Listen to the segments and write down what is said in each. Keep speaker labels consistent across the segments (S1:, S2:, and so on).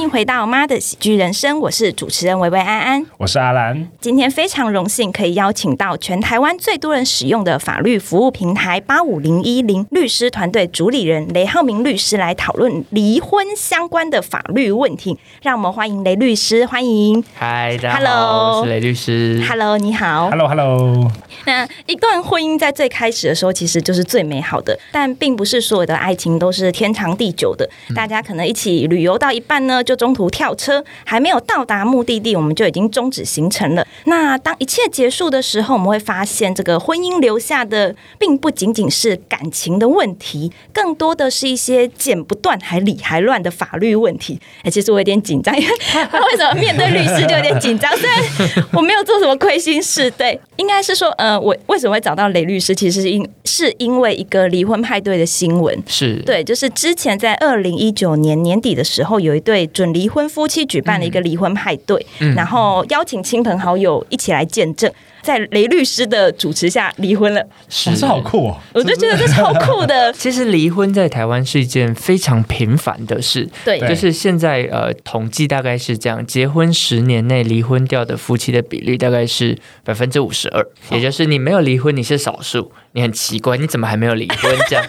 S1: 迎回到《妈的喜剧人生》，我是主持人维维安安。
S2: 我是阿兰，
S1: 今天非常荣幸可以邀请到全台湾最多人使用的法律服务平台八五零一零律师团队主理人雷浩明律师来讨论离婚相关的法律问题。让我们欢迎雷律师，欢迎。
S3: 嗨，大家好
S1: Hello
S3: 我是雷律师。
S1: Hello，你好。
S2: Hello Hello，
S1: 那一段婚姻在最开始的时候其实就是最美好的，但并不是所有的爱情都是天长地久的。大家可能一起旅游到一半呢，就中途跳车，还没有到达目的地，我们就已经终止行程了。那当一切结束的时候，我们会发现，这个婚姻留下的并不仅仅是感情的问题，更多的是一些剪不断还理还乱的法律问题。哎、其实我有点紧张，因为 为什么面对律师就有点紧张？虽然 我没有做什么亏心事，对，应该是说，呃，我为什么会找到雷律师，其实是因是因为一个离婚派对的新闻。
S3: 是，，
S1: 对，就是之前在二零一九年年底的时候，有一对准离婚夫妻举办了一个离婚派对，
S3: 嗯
S1: 然后邀请亲朋好友一起来见证，在雷律师的主持下离婚了。
S3: 是，，
S2: 哇，这好。酷哦！
S1: 我就觉得这超酷的
S3: 其实离婚在台湾是一件非常频繁的事，
S1: 对
S2: 对
S3: 就是现在呃统计大概是这样，结婚十年内离婚掉的夫妻的比率大概是百分之五十
S1: 哦
S3: 二，也就是你没有离婚你是少数，你很奇怪你怎么还没有离婚 这样。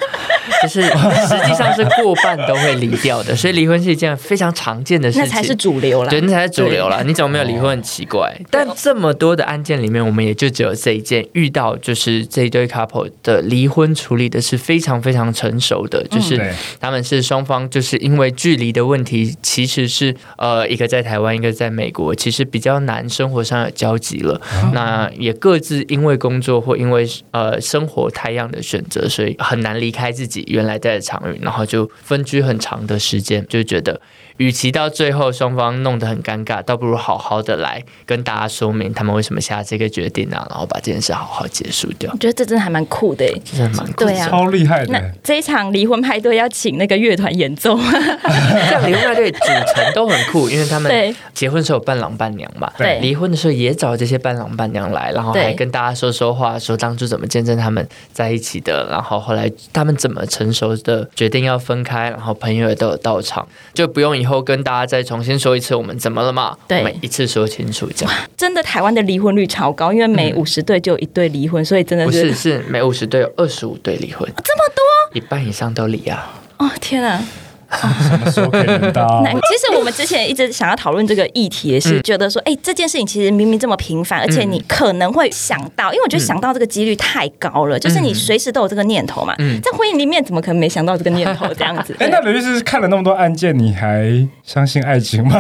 S3: 就是实际上是过半都会离掉的，所以离婚是一件非常常见的事情，
S1: 那才是主流啦哦
S3: 对，。那才是主流啦。你怎么没有离婚？很奇怪。但这么多的案件里面，我们也就只有这一件遇到，就是这一对 couple 的离婚处理的是非常非常成熟的，
S1: 嗯
S3: 就是
S2: 对
S3: 他们是双方就是因为距离的问题，其实是呃一个在台湾，一个在美国，其实比较难生活上有交集了。那也各自因为工作或因为呃生活太样的选择，所以很难离开自己原来在的场域，然后就分居很长的时间，就觉得。与其到最后双方弄得很尴尬，倒不如好好的来跟大家说明他们为什么下这个决定啊，然后把这件事好好结束掉
S1: 我，觉得这真的还蛮酷的耶。
S3: 真的蛮酷的。
S1: 对 啊
S2: 超厉害
S1: 那
S2: 的，
S1: 这一场离婚派对要请那个乐团演奏，
S3: 像离婚派对组成都很酷，因为他
S1: 对
S3: 们结婚时候有伴郎伴娘嘛，
S1: 对
S3: 离婚的时候也找这些伴郎伴娘来，然后还
S1: 对
S3: 跟大家说说话，说当初怎么见证他们在一起的，然后后来他们怎么成熟的决定要分开，然后朋友也都有到场，就不用以后跟大家再重新说一次我们怎么了嘛，
S1: 对
S3: 我们一次说清楚这样，
S1: 真的台湾的离婚率超高，因为每五十对就有一对离婚，所以真的
S3: 嗯不
S1: 是
S3: 是是每五十对有二十五对离婚，这么多，一半以上都离啊。
S1: 哦天啊！
S2: 什么时候可以轮
S3: 哦
S2: 到？
S1: 那其实我们之前一直想要讨论这个议题，也
S3: 嗯
S1: 是觉得说，哎、这件事情其实明明这么平凡，而且你可能会想到，因为我
S3: 嗯
S1: 觉得想到这个几率太高了，就是你随时都有这个念头嘛。
S3: 嗯
S1: 在婚姻里面怎么可能没想到这个念头这 样子？啊
S2: 哎，那刘律师看了那么多案件，你还相信爱情 吗？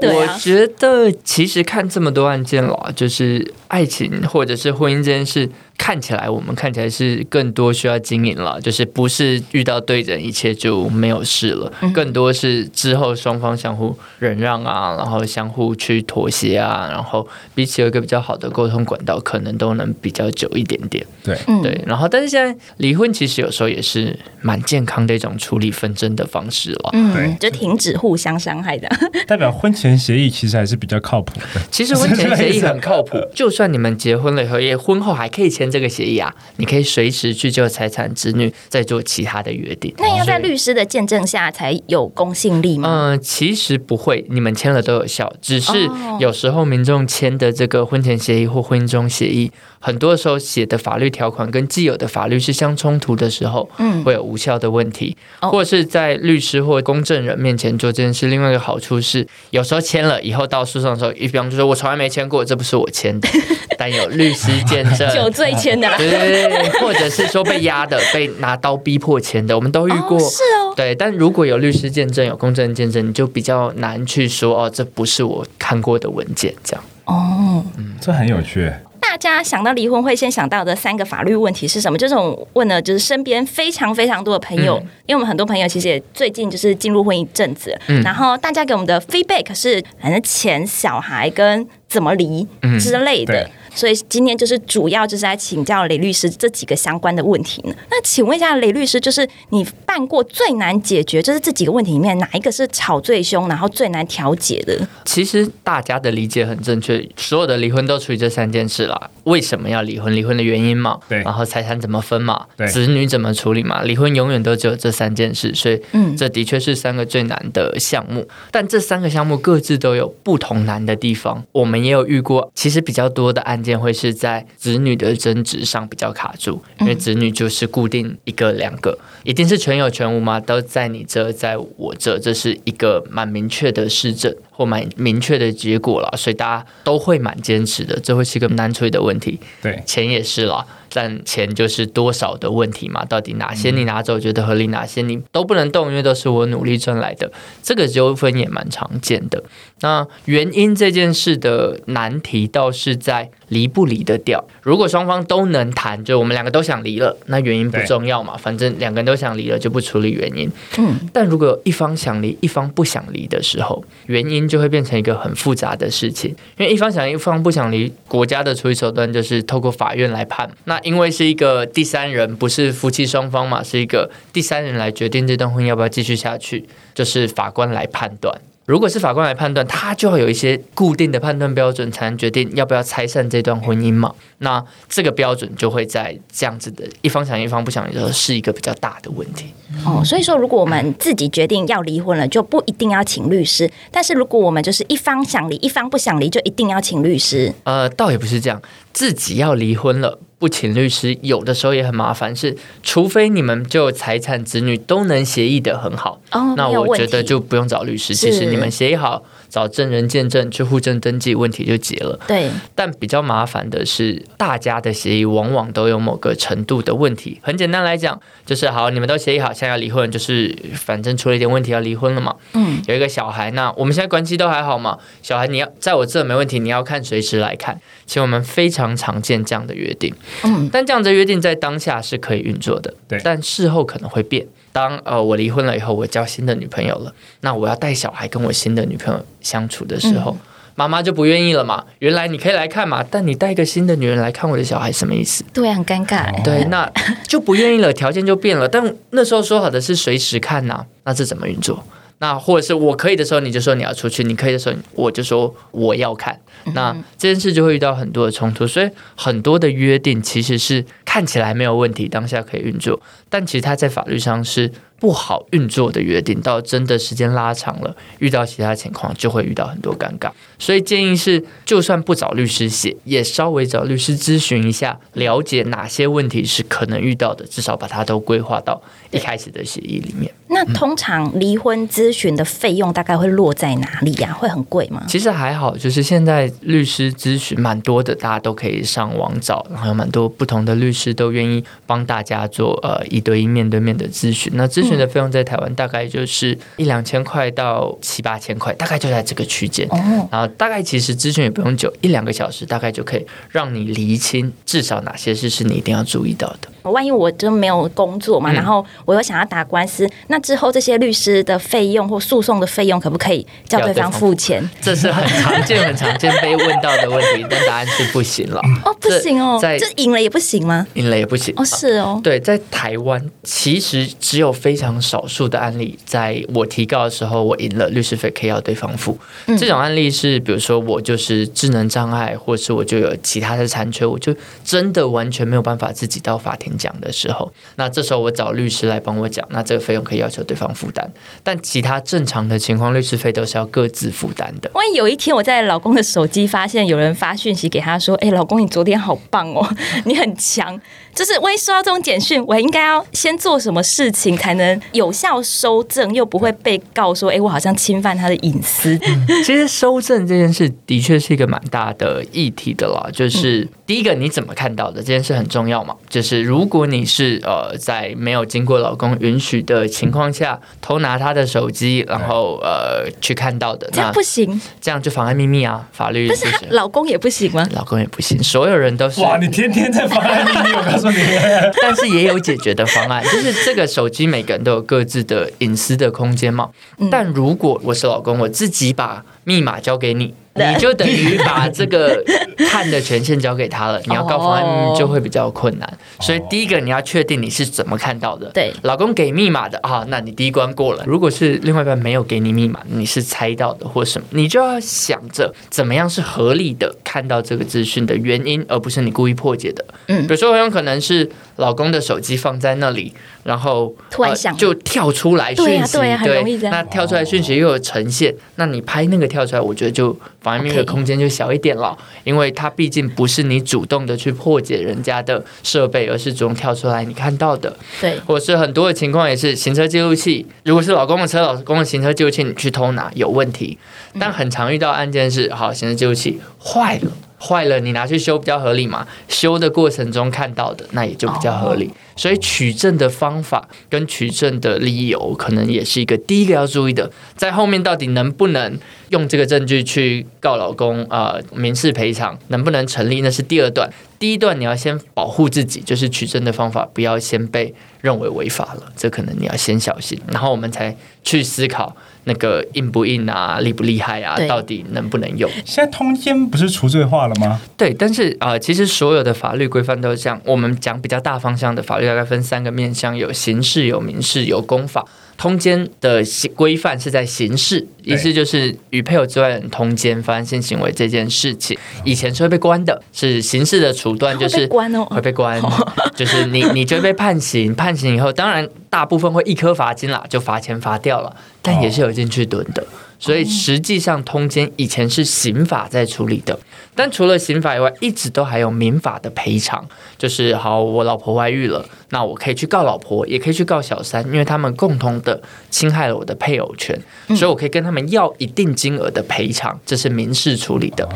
S1: 对
S3: 我
S1: 啊，
S3: 觉得其实看这么多案件了，就是爱情或者是婚姻这件事，看起来我们看起来是更多需要经营了，就是不是遇到对人一切就没有事了，
S1: 嗯
S3: 更多是之后双方相互忍让啊，然后相互去妥协啊，然后彼此有一个比较好的沟通管道，可能都能比较久一点点。
S2: 对，
S1: 嗯
S3: 对，然后但是现在离婚其实有时候也是蛮健康的一种处理纷争的方式了。
S1: 嗯
S2: 对，
S1: 就停止互相伤害的。
S2: 代表婚前协议其实还是比较靠谱的。
S3: 其实婚前协议很靠谱，就算你们结婚了以后，也婚后还可以签这个协议啊，你可以随时去就财产、子女，再做其他的约定。
S1: 那要在
S3: 所以。
S1: 律师的见证下才有公信力吗？
S3: 嗯、其实不会，你们签了都有效，只是
S1: 哦
S3: 有时候民众签的这个婚前协议或婚姻中协议，很多时候写的法律条款跟既有的法律是相冲突的时候，
S1: 嗯
S3: 会有无效的问题，
S1: 哦
S3: 或者是在律师或公证人面前做这件事。另外一个好处是，有时候签了以后到诉讼的时候，一方就说我从来没签过，这不是我签 的，但有律师见证。
S1: 酒醉签的啦，
S3: 对对对，或者是说被压的、被拿刀逼迫签的，我们都遇过。
S1: 哦是哦，
S3: 对，但如果有律师见证、有公证人见证，你就比较难去说哦，这不是我看过的文件这样。
S1: 哦。
S2: 这很有趣，
S1: 大家想到离婚会先想到的三个法律问题是什么？就是我问了，就是身边非常非常多的朋友，
S3: 嗯
S1: 因为我们很多朋友其实也最近就是进入婚姻一阵子了，
S3: 嗯
S1: 然后大
S3: 嗯
S1: 家给我们的 feedback 是，反正钱、小孩跟怎么离之类的。
S2: 对
S1: 所以今天就是主要就是来请教雷律师这几个相关的问题呢。那请问一下雷律师，就是你办过最难解决，就是这几个问题里面哪一个是吵最凶，然后最难调解的？
S3: 其实大家的理解很正确，所有的离婚都处于这三件事啦。为什么要离婚？离婚的原因嘛，
S2: 对
S3: 然后财产怎么分嘛
S2: 对，
S3: 子女怎么处理嘛，离婚永远都只有这三件事，所以
S1: 嗯
S3: 这的确是三个最难的项目。但这三个项目各自都有不同难的地方。我们也有遇过，其实比较多的案件会是在子女的争执上比较卡住，因为子女就是固定一个两个，一定是全有全无嘛，都在你这，在我这，这是一个蛮明确的事证或蛮明确的结果了，所以大家都会蛮坚持的，这会是一个难处理的问题。
S2: 对，
S3: 钱也是啦，但钱就是多少的问题嘛，到底哪些你拿走觉得合理，哪些你都不能动，因为都是我努力赚来的，这个纠纷也蛮常见的。那原因这件事的难题倒是在离不离得掉。如果双方都能谈，就我们两个都想离了，那原因不
S2: 对
S3: 重要嘛，反正两个人都想离了，就不处理原因。
S1: 嗯，
S3: 但如果有一方想离，一方不想离的时候，原因就会变成一个很复杂的事情。因为一方想离，一方不想离，国家的处理手段就是透过法院来判。那因为是一个第三人，不是夫妻双方嘛，是一个第三人来决定这段婚姻要不要继续下去，就是法官来判断。如果是法官来判断，他就要有一些固定的判断标准，才能决定要不要拆散这段婚姻嘛。那这个标准就会在这样子的一方想离一方不想离的时候，是一个比较大的问题。
S1: 哦，所以说如果我们自己决定要离婚了，就不一定要请律师；但是如果我们就是一方想离，一方不想离，就一定要请律师。
S3: 呃，倒也不是这样，自己要离婚了。不请律师，有的时候也很麻烦。是，除非你们就财产、子女都能协议的很好，
S1: 哦，
S3: 那
S1: 没有
S3: 我
S1: 问
S3: 觉
S1: 题
S3: 得就不用找律师。其实
S1: 是
S3: 你们协议好，找证人见证，去户政登记，问题就解了。
S1: 对，
S3: 但比较麻烦的是，大家的协议往往都有某个程度的问题。很简单来讲，就是好，你们都协议好，现在要离婚，就是反正出了一点问题要离婚了嘛。
S1: 嗯，
S3: 有一个小孩，那我们现在关系都还好嘛？小孩你要在我这没问题，你要看随时来看。其实我们非常常见这样的约定，
S1: 嗯，
S3: 但这样的约定在当下是可以运作的，
S2: 对
S3: 但事后可能会变。当呃我离婚了以后，我交新的女朋友了，那我要带小孩跟我新的女朋友相处的时候。妈妈就不愿意了嘛？原来你可以来看嘛，但你带一个新的女人来看我的小孩，什么意思？
S1: 对啊，很尴尬、欸。
S3: 对，那就不愿意了，条件就变了。但那时候说好的是随时看呐、那这怎么运作？那或者是我可以的时候你就说你要出去，你可以的时候我就说我要看。那这件事就会遇到很多的冲突，所以很多的约定其实是看起来没有问题，当下可以运作，但其实它在法律上是不好运作的约定，到真的时间拉长了，遇到其他情况就会遇到很多尴尬。所以建议是，就算不找律师写，也稍微找律师咨询一下，了解哪些问题是可能遇到的，至少把它都规划到一开始的协议里面。
S1: 那通常离婚咨询的费用大概会落在哪里呀、会很贵吗？
S3: 其实还好，就是现在律师咨询蛮多的，大家都可以上网找，然后有蛮多不同的律师都愿意帮大家做呃一对一面对面的咨询。那咨询的费用在台湾大概就是一两千块到七八千块，大概就在这个区间。
S1: 哦，
S3: 然后大概其实咨询也不用久，一两个小时大概就可以让你厘清至少哪些事是你一定要注意到的。
S1: 万一我真没有工作嘛，
S3: 嗯
S1: 然后我又想要打官司，那之后这些律师的费用或诉讼的费用，可不可以叫
S3: 要
S1: 对
S3: 对
S1: 方
S3: 方
S1: 付钱？
S3: 这是很常见、很常见被问到的问题，但答案是不行了，
S1: 哦，不
S3: 这
S1: 行哦，
S3: 在
S1: 这赢了也不行吗？
S3: 赢了也不行。
S1: 哦，是哦，
S3: 对，在台湾其实只有非常少数的案例，在我提告的时候我赢了，律师费可以要对方付。这种案例是，比如说我就是智能障碍，或是我就有其他的残缺，我就真的完全没有办法自己到法庭讲的时候，那这时候我找律师来帮我讲，那这个费用可以要求对方负担。但其他正常的情况，律师费都是要各自负担的。
S1: 万一有一天我在老公的手机发现有人发讯息给他说：“哎、老公，你昨天好棒哦， 你很强。”就是万一收到这种简讯，我应该要先做什么事情才能有效收证，又不会被告说：“哎、我好像侵犯他的隐私。
S3: 其实收证这件事的确是一个蛮大的议题的啦，就是
S1: 嗯
S3: 第一个你怎么看到的这件事很重要嘛，就是如果你是呃在没有经过老公允许的情况下偷拿他的手机，然后呃去看到的，
S1: 这
S3: 那
S1: 样不行。
S3: 这样就妨碍秘密啊，法律
S1: 但啊是他老公也不行吗？
S3: 老公也不行，所有人都是
S2: 哇，你天天在妨碍秘密，我告诉你，
S3: 但是也有解决的方案， 就是这个手机每个人都有各自的隐私的空间嘛。但如果我是老公，我自己把密码交给你，
S1: 的
S3: 你就等于把这个看的权限交给他了，你要告诉他
S4: 哦
S3: 嗯就会比较困难。所以第一个你要确定你是怎么看到的。
S1: 对
S3: 老公给密码的啊，那你第一关过了。如果是另外一半没有给你密码，你是猜到的或什么，你就要想着怎么样是合理的看到这个资讯的原因，而不是你故意破解的。
S1: 嗯
S3: 比如说很有可能是老公的手机放在那里，然后
S1: 突然
S3: 呃
S1: 想
S3: 就跳出来讯
S1: 对啊
S3: 息，
S1: 对啊很容易这样
S3: 那跳出来讯息又有呈现，那你拍那个跳出来，我觉得就反而那个
S1: OK
S3: 空间就小一点了因为它毕竟不是你主动的去破解人家的设备，而是主动跳出来你看到的。
S1: 对，
S3: 或是很多的情况也是行车记录器，如果是老公的车，老公的行车记录器你去偷拿有问题，但很常遇到案件是，好行车记录器坏了。坏了，你拿去修比较合理嘛？修的过程中看到的，那也就比较合理。所以取证的方法跟取证的理由，可能也是一个第一个要注意的。在后面到底能不能用这个证据去告老公呃民事赔偿，能不能成立，那是第二段。第一段你要先保护自己，就是取证的方法，不要先被认为违法了，这可能你要先小心，然后我们才去思考那个硬不硬啊，厉不厉害啊
S1: 对，
S3: 到底能不能用。
S2: 现在通奸不是除罪化了吗？
S3: 对，但是啊，呃其实所有的法律规范都是这样。我们讲比较大方向的法律，大概分三个面向：有刑事、有民事、有公法。通奸的刑规范是在刑事，
S2: 对
S3: 意思就是与配偶之外的人通奸发生性行为这件事情，以前是会被关的，是刑事的处断，就
S1: 会
S3: 是
S1: 被关哦
S3: 会被关， 就是你你就会被判刑，判刑以后，当然大部分会一颗罚金啦，就罚钱罚掉了，但
S1: 哦
S3: 也是有进去蹲的。所以实际上，通奸以前是刑法在处理的，但除了刑法以外，一直都还有民法的赔偿，就是好，我老婆外遇了，那我可以去告老婆，也可以去告小三，因为他们共同的侵害了我的配偶权，
S1: 嗯
S3: 所以我可以跟他们要一定金额的赔偿，这是民事处理的。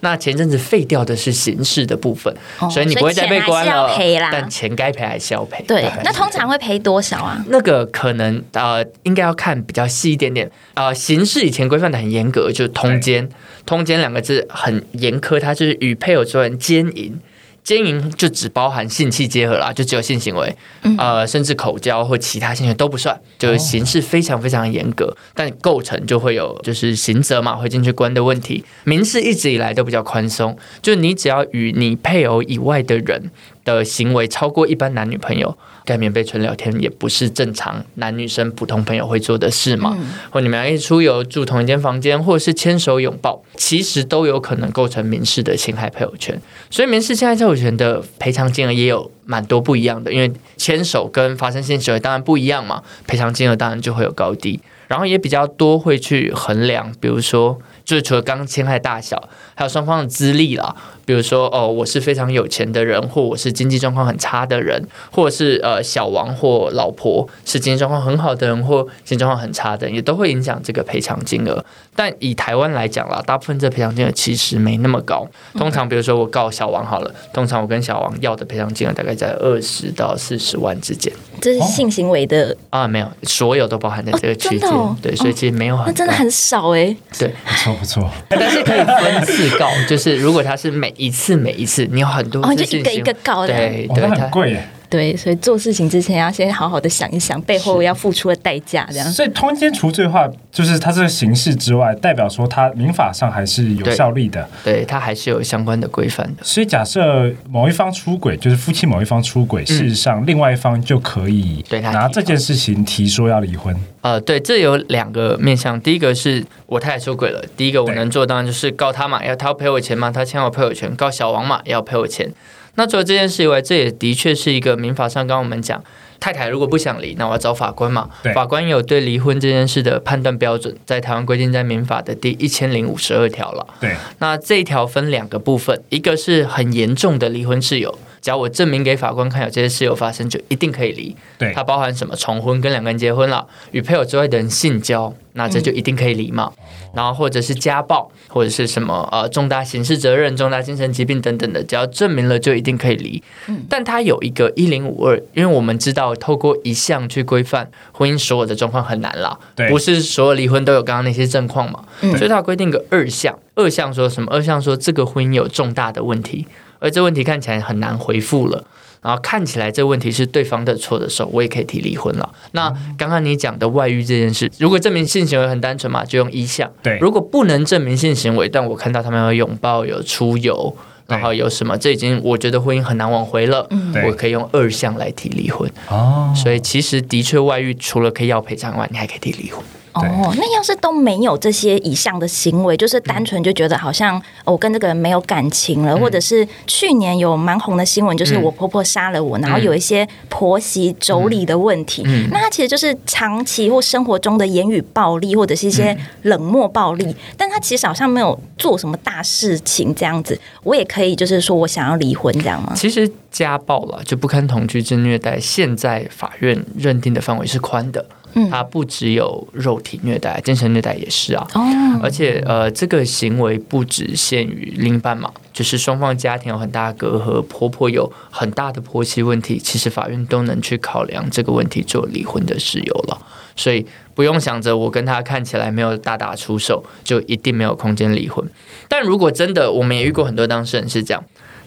S3: 那前阵子废掉的是刑事的部分，
S1: 哦
S3: 所以你不会再被
S1: 所
S3: 关了
S1: 以钱还是要赔啦，
S3: 但钱该赔还是要赔。
S1: 对，那通常会赔多少啊？
S3: 那个可能呃，应该要看比较细一点点。呃，刑事以前规范的很严格，就是通奸，通奸两个字很严苛，它就是与配偶之人奸淫。奸淫就只包含性器结合啦，就只有性行为，呃，甚至口交或其他性行为都不算，就是刑事非常非常严格，但构成就会有就是刑责嘛，会进去关的问题。民事一直以来都比较宽松，就你只要与你配偶以外的人的行为超过一般男女朋友，盖棉被纯聊天也不是正常男女生普通朋友会做的事嘛，或你们要一起出游住同一间房间，或者是牵手拥抱，其实都有可能构成民事的侵害配偶权。所以民事侵害配偶权的赔偿金额也有蛮多不一样的，因为牵手跟发生性行为当然不一样嘛，赔偿金额当然就会有高低，然后也比较多会去衡量，比如说就是除了刚刚侵害大小，还有双方的资历啦，比如说哦，我是非常有钱的人，或我是经济状况很差的人，或者是呃小王或老婆是经济状况很好的人或经济状况很差的人，也都会影响这个赔偿金额。但以台湾来讲啦，大部分这赔偿金额其实没那么高。
S1: 嗯
S3: 通常比如说我告小王好了，通常我跟小王要的赔偿金额大概在二十到四十万之间
S1: 这是性行为的，
S3: 啊，没有，所有都包含在这个区
S1: 真的
S3: 间。
S1: 哦
S3: 对，所以其实没有很高、
S1: 那真的很少哎。
S3: 对。
S2: 不错不错，
S3: 但是可以分次告，就是如果他是每一次每一次，你有很多
S1: 哦
S3: 次
S1: 就一
S3: 性
S1: 个
S3: 行
S1: 一个告这样
S3: 对
S2: 哇，
S3: 对，
S2: 哦那
S3: 他
S2: 很贵耶。
S1: 对，所以做事情之前要先好好的想一想背后要付出的代价，这样。
S2: 所以通奸除罪化，就是它这个形式之外，代表说它民法上还是有
S3: 对
S2: 效力的。
S3: 对他还是有相关的规范的。
S2: 所以假设某一方出轨，就是夫妻某一方出轨，事实上另外一方就可以
S3: 对他
S2: 拿
S3: 提
S2: 这件事情提说要离婚。
S3: 呃，对，这有两个面向，第一个是我太太出轨了，第一个我
S2: 对
S3: 能做当然就是告他嘛，要他要赔我钱嘛，他欠我赔我钱，告小王嘛，也要赔我钱。那除了这件事以外，这也的确是一个民法上刚刚我们讲，太太如果不想离，那我要找法官嘛
S2: 对。
S3: 法官有对离婚这件事的判断标准，在台湾规定在民法的第一千零五十二条了。
S2: 对，
S3: 那这一条分两个部分，一个是很严重的离婚事由，只要我证明给法官看有这些事由发生，就一定可以离。
S2: 对
S3: 它包含什么？重婚跟两个人结婚了，与配偶之外的人性交，那这就一定可以离
S2: 嗯
S3: 嘛。然后或者是家暴，或者是什么呃重大刑事责任、重大精神疾病等等的，只要证明了就一定可以离。但它有一个一零五二，因为我们知道透过一项去规范婚姻所有的状况很难啦
S2: 对，
S3: 不是所有离婚都有刚刚那些状况嘛，
S1: 嗯
S3: 所以它规定个二项，二项说什么？二项说这个婚姻有重大的问题，而这问题看起来很难回复了。然后看起来这问题是对方的错的时候，我也可以提离婚了。那
S2: 嗯
S3: 刚刚你讲的外遇这件事，如果证明性行为很单纯嘛，就用一项；
S2: 对
S3: 如果不能证明性行为，但我看到他们有拥抱、有出游。
S2: 对嗯
S3: 然后有什么？这已经我觉得婚姻很难挽回了，
S2: 对
S3: 我可以用二项来提离婚。
S2: 哦，
S3: 所以其实的确，外遇除了可以要赔偿外，你还可以提离婚。
S2: 对
S1: 哦，那要是都没有这些以上的行为，就是单纯就觉得好像哦我跟这个人没有感情了，或者是去年有蛮红的新闻，就是
S3: 嗯
S1: 我婆婆杀了我，然后有一些婆媳妯娌的问题，
S3: 嗯
S1: 那它其实就是长期或生活中的言语暴力，或者是一些冷漠暴力，但他其实好像没有做什么大事情这样子，我也可以就是说我想要离婚这样吗？
S3: 其实家暴了就不堪同居之虐待，现在法院认定的范围是宽的，
S1: 嗯
S3: 它不只有肉体虐待，精神虐待也是啊。
S1: 哦，
S3: 而且呃，这个行为不只限于另一半嘛，就是双方家庭有很大的隔阂，婆婆有很大的婆媳问题，其实法院都能去考量这个问题做离婚的事由了。所以不用想着我跟他看起来没有大打出手，就一定没有空间离婚。但如果真的，我们也遇过很多当事人是这样，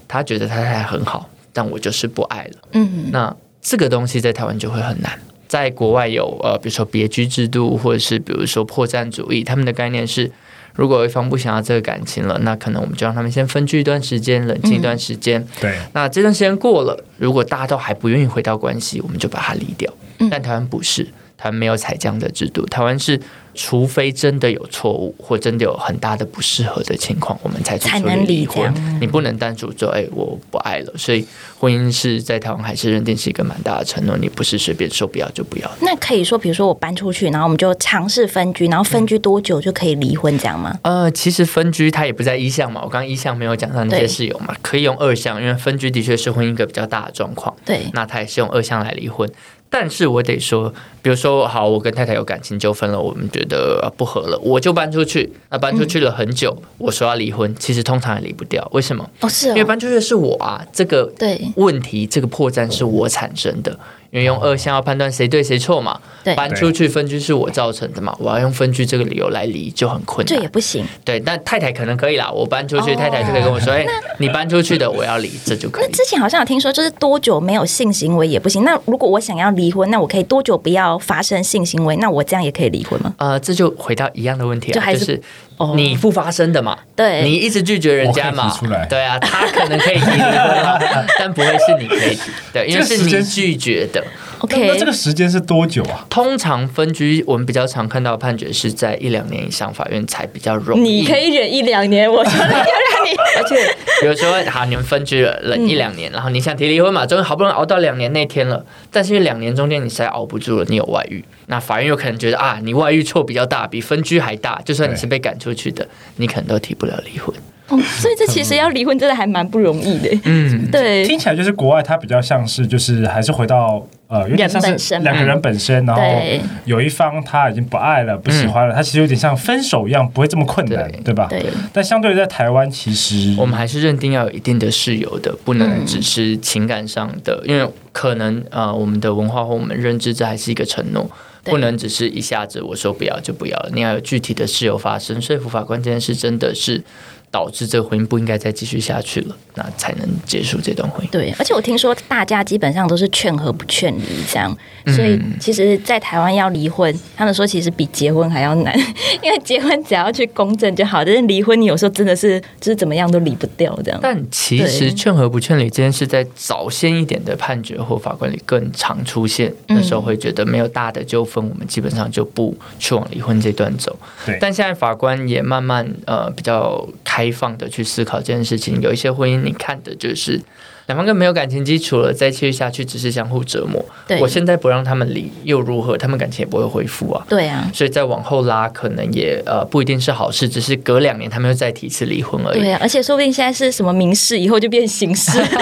S3: 他觉得他太太很好，但我就是不爱了。
S1: 嗯，
S3: 那这个东西在台湾就会很难。在国外有呃，比如说别居制度，或者是比如说破绽主义，他们的概念是，如果有一方不想要这个感情了，那可能我们就让他们先分居一段时间，冷静一段时间。
S2: 对，
S3: 那这段时间过了，如果大家都还不愿意回到关系，我们就把它离掉。
S1: 嗯
S3: 但台湾不是，台湾没有采这样的制度，台湾是除非真的有错误或真的有很大的不适合的情况，我们才
S1: 才
S3: 才
S1: 能嗯离
S3: 离
S1: 这
S3: 婚。你不能单独说，哎，我不爱了。所以婚姻是在台湾还是认定是一个蛮大的承诺，你不是随便说不要就不要。
S1: 那可以说，比如说我搬出去，然后我们就尝试分居，然后分居多久就可以离婚这样吗？
S3: 呃，其实分居它也不在一项嘛，我刚刚一项没有讲到那
S1: 对
S3: 些事由嘛，可以用二项，因为分居的确是婚姻一个比较大的状况。
S1: 对，
S3: 那他也是用二项来离婚。但是我得说，比如说，好，我跟太太有感情纠纷了，我们觉得呃不合了，我就搬出去。那搬出去了很久，我说要离婚，其实通常也离不掉。为什么？
S1: 哦，是
S3: 因为
S1: 哦，
S3: 搬出去的是我啊，这个
S1: 对
S3: 问题、这个破绽是我产生的。因为用二项要判断谁对谁错嘛，
S1: 对，
S3: 搬出去分居是我造成的嘛，我要用分居这个理由来离就很困
S1: 这也
S3: 难。
S1: 不行。
S3: 对，但太太可能可以啦，我搬出去，
S1: 哦
S3: 太太就可以跟我说，哎，你搬出去的我要离，这就可以
S1: 那。之前好像有听说，就是多久没有性行为也不行。那如果我想要离婚，那我可以多久不要发生性行为？那我这样也可以离婚吗？
S3: 呃，这就回到一样的问题
S1: 就
S3: 啊，
S1: 还
S3: 就是是
S1: 哦
S3: 你不发生的嘛，
S1: 对
S3: 你一直拒绝人家
S2: 我
S3: 嘛
S2: 可以提出来，
S3: 对啊，他可能可以提离 婚啊，但不会是你可以提，对，因为是
S2: 这个时
S3: 你
S2: 间
S3: 拒绝
S2: 那
S3: 的。
S2: 那这
S1: ，OK，
S2: 个时间是多久啊？
S3: 通常分居，我们比较常看到的判决是在一两年以上，法院才比较容易。
S1: 你可，以忍一两年，我说要让你。
S3: 而且比如说，好，你们分居了了一两年，然后你想提离婚嘛，终于好不容易熬到两年那天了，但是因为两年中间你实在熬不住了，你有外遇，那法院有可能觉得啊，你外遇错比较大，比分居还大，就算你是被赶出去的，你可能都提不了离婚。
S1: 哦，所以这其实要离婚真的还蛮不容易的。
S3: 嗯，
S1: 对，
S2: 听起来就是国外，它比较像是就是还是回到呃，有点像
S1: 人本身
S2: 是
S1: 嘛
S2: 两个人本身，然后
S1: 对
S2: 有一方他已经不爱了、不喜欢了，他其实有点像分手一样，不会这么困难，
S3: 对
S2: 对吧？
S1: 对。
S2: 但相对于在台湾，其实
S3: 我们还是认定要有一定的事由的，不能只是情感上的，因为可能呃，我们的文化或我们认知这还是一个承诺，
S1: 对
S3: 不能只是一下子我说不要就不要，你要有具体的事由发生，说服法官这件事真的是导致这个婚姻不应该再继续下去了，那才能结束这段婚姻。
S1: 对，而且我听说大家基本上都是劝和不劝离这样，所以其实，在台湾要离婚，他们说其实比结婚还要难， 因为结婚只要去公证就好，但是离婚你有时候真的是就是怎么样都离不掉这样。
S3: 但其
S1: 对啊
S3: 实劝和不劝离这件事，在早先一点的判决或法官里更常出现。那时候会觉得没有大的纠纷，我们基本上就不去往离婚这段走。
S2: 对
S3: 但现在法官也慢慢呃比较开放的去思考这件事情。有一些婚姻，你看的就是两方更没有感情基础了，再继续下去只是相互折磨。
S1: 对
S3: 我现在不让他们离又如何？他们感情也不会恢复啊。
S1: 对啊，
S3: 所以再往后拉，可能也呃不一定是好事，只是隔两年他们又再提一次离婚而已
S1: 对。啊，而且说不定现在是什么民事，以后就变刑 事，啊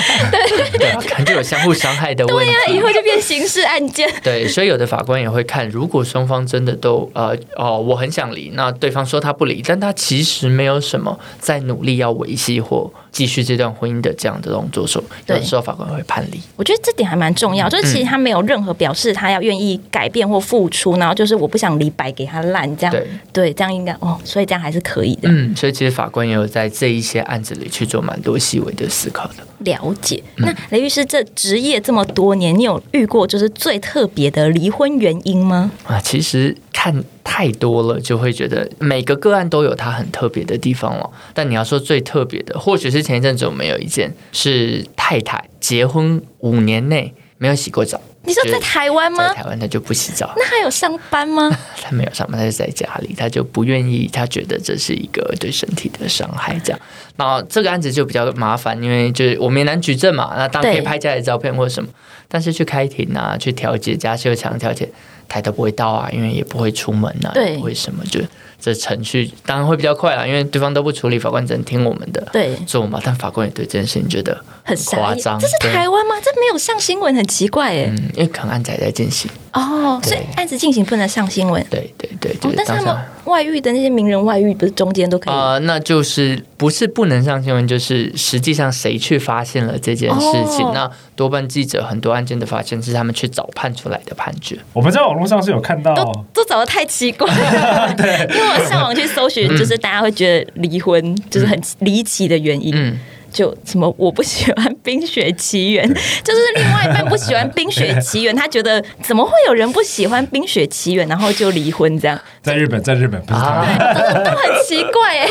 S3: 对，可能就有相互伤害的问题。
S1: 以后就变刑事案件。
S3: 对，所以有的法官也会看，如果双方真的都呃哦，我很想离，那对方说他不离，但他其实没有什么在努力要维系或继续这段婚姻的这样的动作时候，有
S1: 对
S3: 的时候法官会判离。
S1: 我觉得这点还蛮重要，就是其实他没有任何表示他要愿意改变或付出，然后就是我不想李白给他烂这样，
S3: 对
S1: 对，这样应该哦，所以这样还是可以的。
S3: 嗯，所以其实法官也有在这一些案子里去做蛮多细微的思考的。
S1: 了解。
S3: 嗯
S1: 那雷律师这职业这么多年，你有遇过就是最特别的离婚原因吗？
S3: 啊，其实看太多了，就会觉得每个个案都有它很特别的地方了。但你要说最特别的，或许是前一阵子我们有一件是太太结婚五年内没有洗过澡，
S1: 你说在台湾
S3: 在
S1: 吗？
S3: 台湾她就不洗澡，
S1: 那还有上班 吗？
S3: 她没有上班，她就在家里，她就不愿意，她觉得这是一个对身体的伤害。这样，那这个案子就比较麻烦，因为就是我们也难举证嘛，那当然可以
S1: 对
S3: 拍家里的照片或者什么，但是去开庭啊，去调解，家事又强调解，台都不会到啊，因为也不会出门啊，
S1: 对
S3: 也不会什么，就这程序当然会比较快啦，因为对方都不处理，法官只能听我们的
S1: 对
S3: 做嘛，但法官也对这件事情觉得
S1: 很
S3: 夸
S1: 傻眼
S3: 张，
S1: 这是
S3: 对
S1: 台湾吗？这没有上新闻，很奇怪哎。
S3: 嗯，因为可能案仔在进行，
S1: 哦，所以案子进行不能上新闻。
S3: 对对嗯对，就
S1: 哦
S3: 是，
S1: 但是
S3: 当
S1: 他
S3: 下。
S1: 们外遇的那些名人外遇，不是中间都可以？
S3: 呃，那就是不是不能上新闻，就是实际上谁去发现了这件事情？
S1: 哦
S3: 那多半记者很多案件的发现是他们去早判出来的判决。
S2: 我们在网络上是有看到，
S3: 哦
S1: 都都找的太奇 怪了，因为我上网去搜
S3: 嗯
S1: 寻，就是大家会觉得离婚就是很离奇的原因，
S3: 嗯，
S1: 就什么我不喜欢《冰雪奇缘》，就是另外一半不喜欢《冰雪奇缘》，他觉得怎么会有人不喜欢《冰雪奇缘》，然后就离婚 这样，
S2: 在日本，在日
S3: 嗯
S2: 本不是台
S3: 啊
S2: 湾，
S1: 都都很奇怪哎、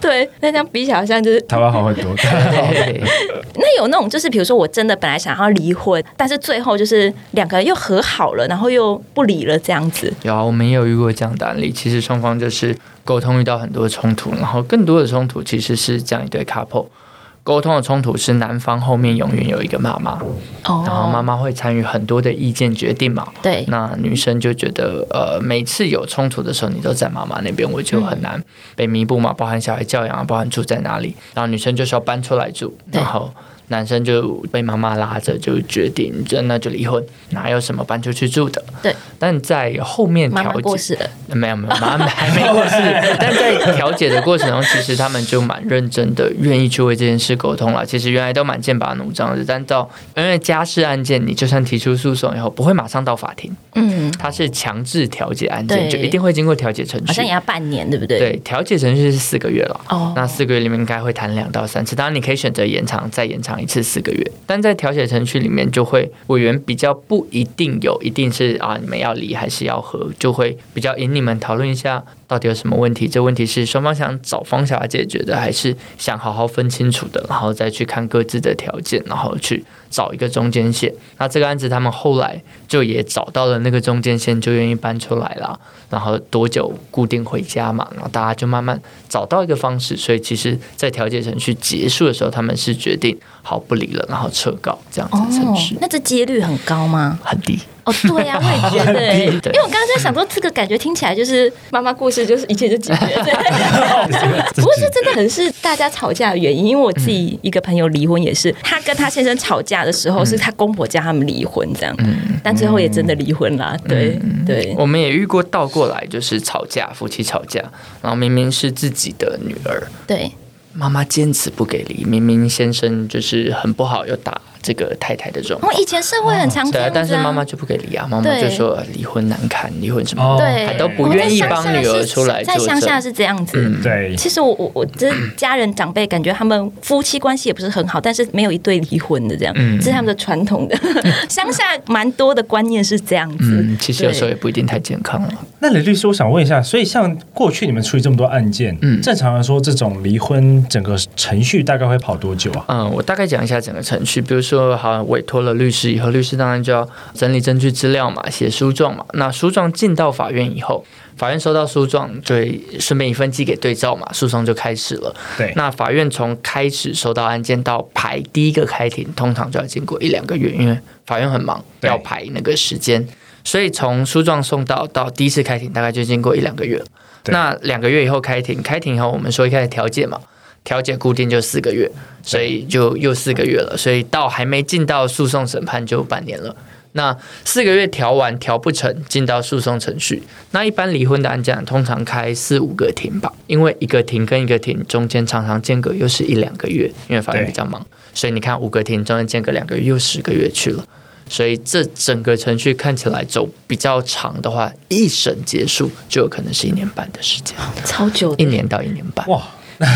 S1: 对，那这样比起来好像就是
S2: 台湾好很多。
S3: 对，
S1: 那有那种就是比如说我真的本来想要离婚，但是最后就是两个人又和好了，然后又不离了这样子，
S3: 有啊，我们也有遇过这样的案例。其实双方就是沟通遇到很多冲突，然后更多的冲突其实是这样一对 couple。沟通的冲突是男方后面永远有一个妈妈，
S1: 哦
S3: 然后妈妈会参与很多的意见决定嘛。
S1: 对
S3: 那女生就觉得，呃，每次有冲突的时候，你都在妈妈那边，我就
S1: 嗯
S3: 很难被弥补嘛，包含小孩教养啊，包含住在哪里。然后女生就是要搬出来住，
S1: 对
S3: 然后男生就被妈妈拉着，就决定这那就离婚，哪有什么搬出去住的？
S1: 对。
S3: 但在后面
S1: 妈妈
S3: 调
S1: 过
S3: 解，
S1: 世了。
S3: 没有没有，妈妈还没过世。 但在调解的过程中，其实他们就蛮认真的，愿意去为这件事沟通了。其实原来都蛮剑拔弩张的，但到因为家事案件，你就算提出诉讼以后，不会马上到法庭，
S1: 嗯，
S3: 它是强制调解案
S1: 对
S3: 件，就一定会经过调解程
S1: 好像
S3: 序
S1: 也。要半年，对不对？
S3: 对，调解程序是四个月了。
S1: 哦
S3: 那四个月里面应该会谈两到三次，当然你可以选择延长，再延长一次四个月。但在调解程序里面，就会委员比较不一定有，一定是啊你们要离还是要和，就会比较引你们讨论一下到底有什么问题。这问题是双方想找方向来解决的，还是想好好分清楚的，然后再去看各自的条件，然后去找一个中间线。那这个案子他们后来就也找到了那个中间线，就愿意搬出来了。然后多久固定回家嘛，然后大家就慢慢找到一个方式。所以其实，在调解程序结束的时候，他们是决定好不离了，然后撤告这样子的程
S1: 哦
S3: 序、，
S1: 那这几率很高吗？
S3: 很低。
S1: 哦，对 呀、我也觉得、欸，因
S3: 对
S1: 为我刚刚在想说，这个感觉听起来就是妈妈故事，就是一切就解决了。 不过这真的很是大家吵架的原因，因为我自己一个朋友离婚也是，她跟她先生吵架的时候，是她公婆叫他们离婚这样，
S3: 嗯
S1: 但最后也真的离婚啦。对对，
S3: 我们也遇过倒过来，就是吵架，夫妻吵架，然后明明是自己的女儿，
S1: 对，
S3: 妈妈坚持不给离，明明先生就是很不好，又打这个太太的状
S1: 我
S3: 况。
S1: 以前社会很常这
S3: 对啊
S1: 样，
S3: 但
S1: 子
S3: 是
S1: 啊。
S3: 妈妈就不给离啊，妈妈就
S1: 对
S3: 说离婚难看，离婚什么的。
S2: 哦
S1: 对
S3: 还都不愿意帮女儿出来
S1: 在
S3: 作
S1: 乡下
S3: 证。
S1: 是这样子，
S3: 嗯
S2: 对，
S1: 其实我我我这家人长辈感觉他们夫妻关系也不是很好，但是没有一对离婚的这样，
S3: 嗯
S1: 这是他们的传统 的乡下蛮多的观念是这样子。
S3: 嗯，其实有时候
S1: 对
S3: 也不一定太健康了。
S2: 那李律师，我想问一下，所以像过去你们处理这么多案件，
S3: 嗯
S2: 正常来说，这种离婚整个程序大概会跑多久啊？
S3: 嗯，我大概讲一下整个程序。比如说，好委托了律师以后，律师当然就要整理证据资料嘛，写诉状嘛。那诉状进到法院以后，法院收到诉状，就会顺便一份寄给对照嘛，诉讼就开始了。
S2: 对，
S3: 那法院从开始收到案件到排第一个开庭，通常就要经过一两个月，因为法院很忙，
S2: 对
S3: 要排那个时间，所以从诉状送到到第一次开庭，大概就经过一两个月。
S2: 对
S3: 那两个月以后开庭，开庭以后我们说一开始调解嘛，调解固定就四个月，所以就又四个月了，所以到还没进到诉讼审判就半年了。那四个月调完调不成，进到诉讼程序。那一般离婚的案件通常开四五个庭吧，因为一个庭跟一个庭中间常常间隔又是一两个月，因为法院
S2: 对
S3: 比较忙，所以你看五个庭中间间隔两个月又十个月去了。所以这整个程序看起来走比较长的话，一审结束就有可能是一年半的时间，
S1: 超久
S3: 一年到一年半。
S2: 哇，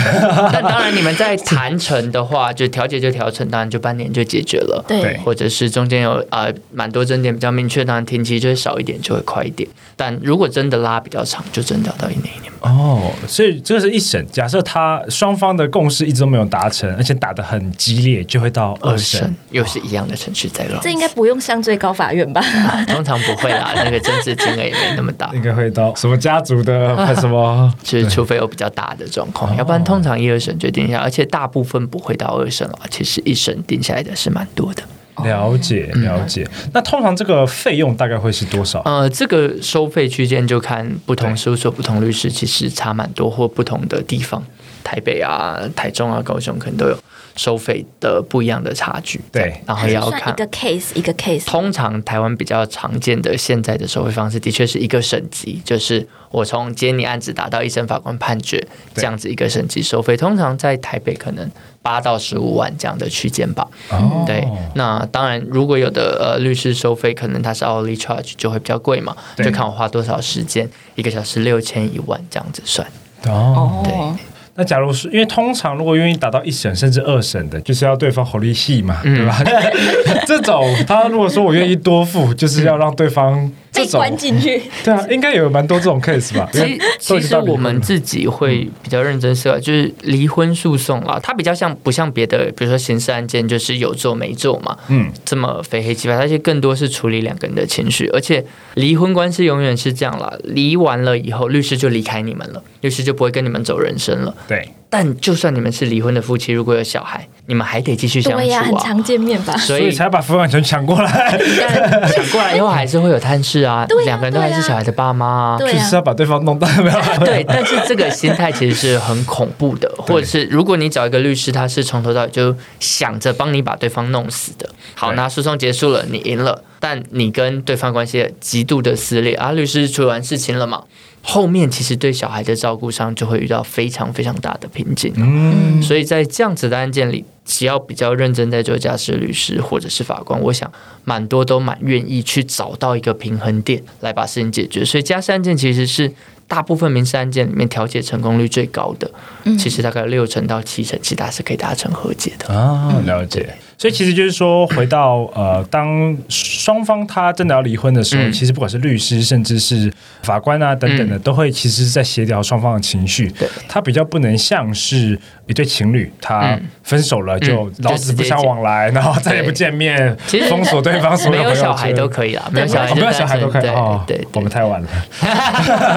S3: 但当然，你们在谈成的话，就调解就调成，当然就半年就解决了。
S2: 对
S1: 对
S3: 或者是中间有呃蛮多争点比较明确，当然停期就会少一点，就会快一点。但如果真的拉比较长，就真的要到一年一年。
S2: 哦，所以这是一审。假设他双方的共识一直都没有达成，而且打得很激烈，就会到二审。
S3: 又是一样的程序在绕，
S1: 这应该不用上最高法院吧？
S3: 通常不会啦，那个政治金额也没那么大，
S2: 应该会到什么家族 的什么？
S3: 就是除非有比较大的状况，要不然通常一二审就定下来，而且大部分不会到二审了。其实一审定下来的是蛮多的。
S2: 了解了解。那通常这个费用大概会是多少？
S3: 呃，这个收费区间就看不同
S2: 对
S3: 事务所、不同律师，其实差蛮多，或不同的地方，台北啊、台中啊、高雄可能都有收费的不一样的差距。
S2: 对
S3: 然后也要
S1: 算一
S3: 看。
S1: 个 case 一个 case，
S3: 通常台湾比较常见的现在的收费方式，的确是一个省级，就是我从接你案子打到一审法官判决
S2: 对
S3: 这样子一个省级收费，通常在台北可能八到十五万这样的区间吧。
S2: 哦
S3: 对，那当然，如果有的呃律师收费可能他是 hourly charge 呃就会比较贵嘛，
S2: 对
S3: 就看我花多少时间，一个小时六千一万这样子算。
S2: 哦。
S1: 哦，
S2: 那假如是因为通常如果愿意打到一审甚至二审的，就是要对方吼力戏嘛，
S3: 嗯
S2: 对吧？ 这种他如果说我愿意多付，就是要让对方这
S1: 被
S2: 种
S1: 关进去，
S2: 对啊，应该有蛮多这种 case 吧？因为
S3: 其
S2: 都
S3: 其
S2: 已经
S3: 实
S2: 到离
S3: 我
S2: 婚
S3: 们
S2: 了
S3: 自己会比较认真思考，就是离婚诉讼啦，它比较像不像别的，比如说刑事案件，就是有做没做嘛，
S2: 嗯，
S3: 这么非黑即白，它就更多是处理两个人的情绪，而且离婚官司永远是这样啦，离完了以后，律师就离开你们了，律师就不会跟你们走人生了。
S2: 对，
S3: 但就算你们是离婚的夫妻，如果有小孩，你们还得继续相
S1: 对
S3: 处
S1: 呀，很
S3: 啊。
S1: 常见 面吧？
S3: 所
S2: 所以
S3: 以
S2: 才把抚养权抢过 来，
S3: 但想过啊来以后还是会有探视啊
S1: 对，啊
S3: 两个人都
S1: 对啊
S3: 还是小孩的爸妈啊。
S2: 就
S1: 对呀
S2: 是，要把对方弄到没有啦？
S3: 对，但是这个心态其实是很恐怖的，或者是如果你找一个律师，他是从头到尾就想着帮你把对方弄死的。好，
S2: 对
S3: 那诉讼结束了，你赢了，但你跟对方关系极度的撕裂啊，律师处理完事情了嘛，后面其实对小孩的照顾上就会遇到非常非常大的瓶颈。
S2: 嗯，
S3: 所以在这样子的案件里，只要比较认真在做家事律师或者是法官，我想蛮多都蛮愿意去找到一个平衡点来把事情解决。所以家事案件其实是大部分民事案件里面调解成功率最高的，其实大概六成到七成，其他是可以达成和解的。
S2: 啊，了解。所以其实就是说，回到呃，当双方他真的要离婚的时候，
S3: 嗯
S2: 其实不管是律师，甚至是法官啊等等的，都会其实在协调双方的情绪。
S3: 对
S2: 他比较不能像是一对情侣，他分手了就
S3: 嗯
S2: 老
S3: 就
S2: 死
S3: 直
S2: 不
S3: 接
S2: 相
S3: 见
S2: 往来，然后再也不
S3: 对
S2: 见面
S3: 其，实
S2: 封锁对方所
S3: 没
S2: 有
S3: 有
S2: 朋友
S3: 小孩
S2: 圈
S3: 都可以啦，没有小孩
S2: 哦
S3: 就
S2: 没有小孩都可以
S3: 单身
S2: 哦，
S3: 对对
S2: 我
S3: 对
S2: 们太晚了，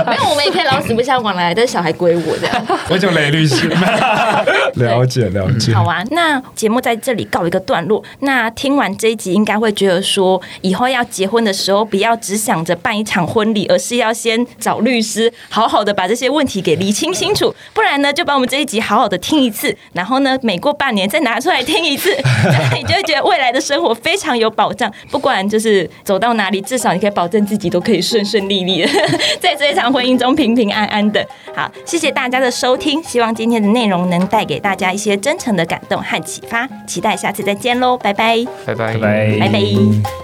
S1: 没有，我们也可以老死不相往来，但是小孩归我这样。
S2: 我就雷律 师， 了解了解，
S1: 好啊，那节目在这里告一个段落。那听完这一集，应该会觉得说，以后要结婚的时候，不要只想着办一场婚礼，而是要先找律师，好好的把这些问题给理清清楚。不然呢，就把我们这一集好好的听一次，然后呢，每过半年再拿出来听一次，这样 你就会觉得未来的生活非常有保障。不管就是走到哪里，至少你可以保证自己都可以顺顺利利的， 在这一场婚姻中平平安安的。好，谢谢大家的收听，希望今天的内容能带给大家一些真诚的感动和启发，期待下次再见喽，拜拜。
S3: 拜拜
S2: 拜
S1: 拜拜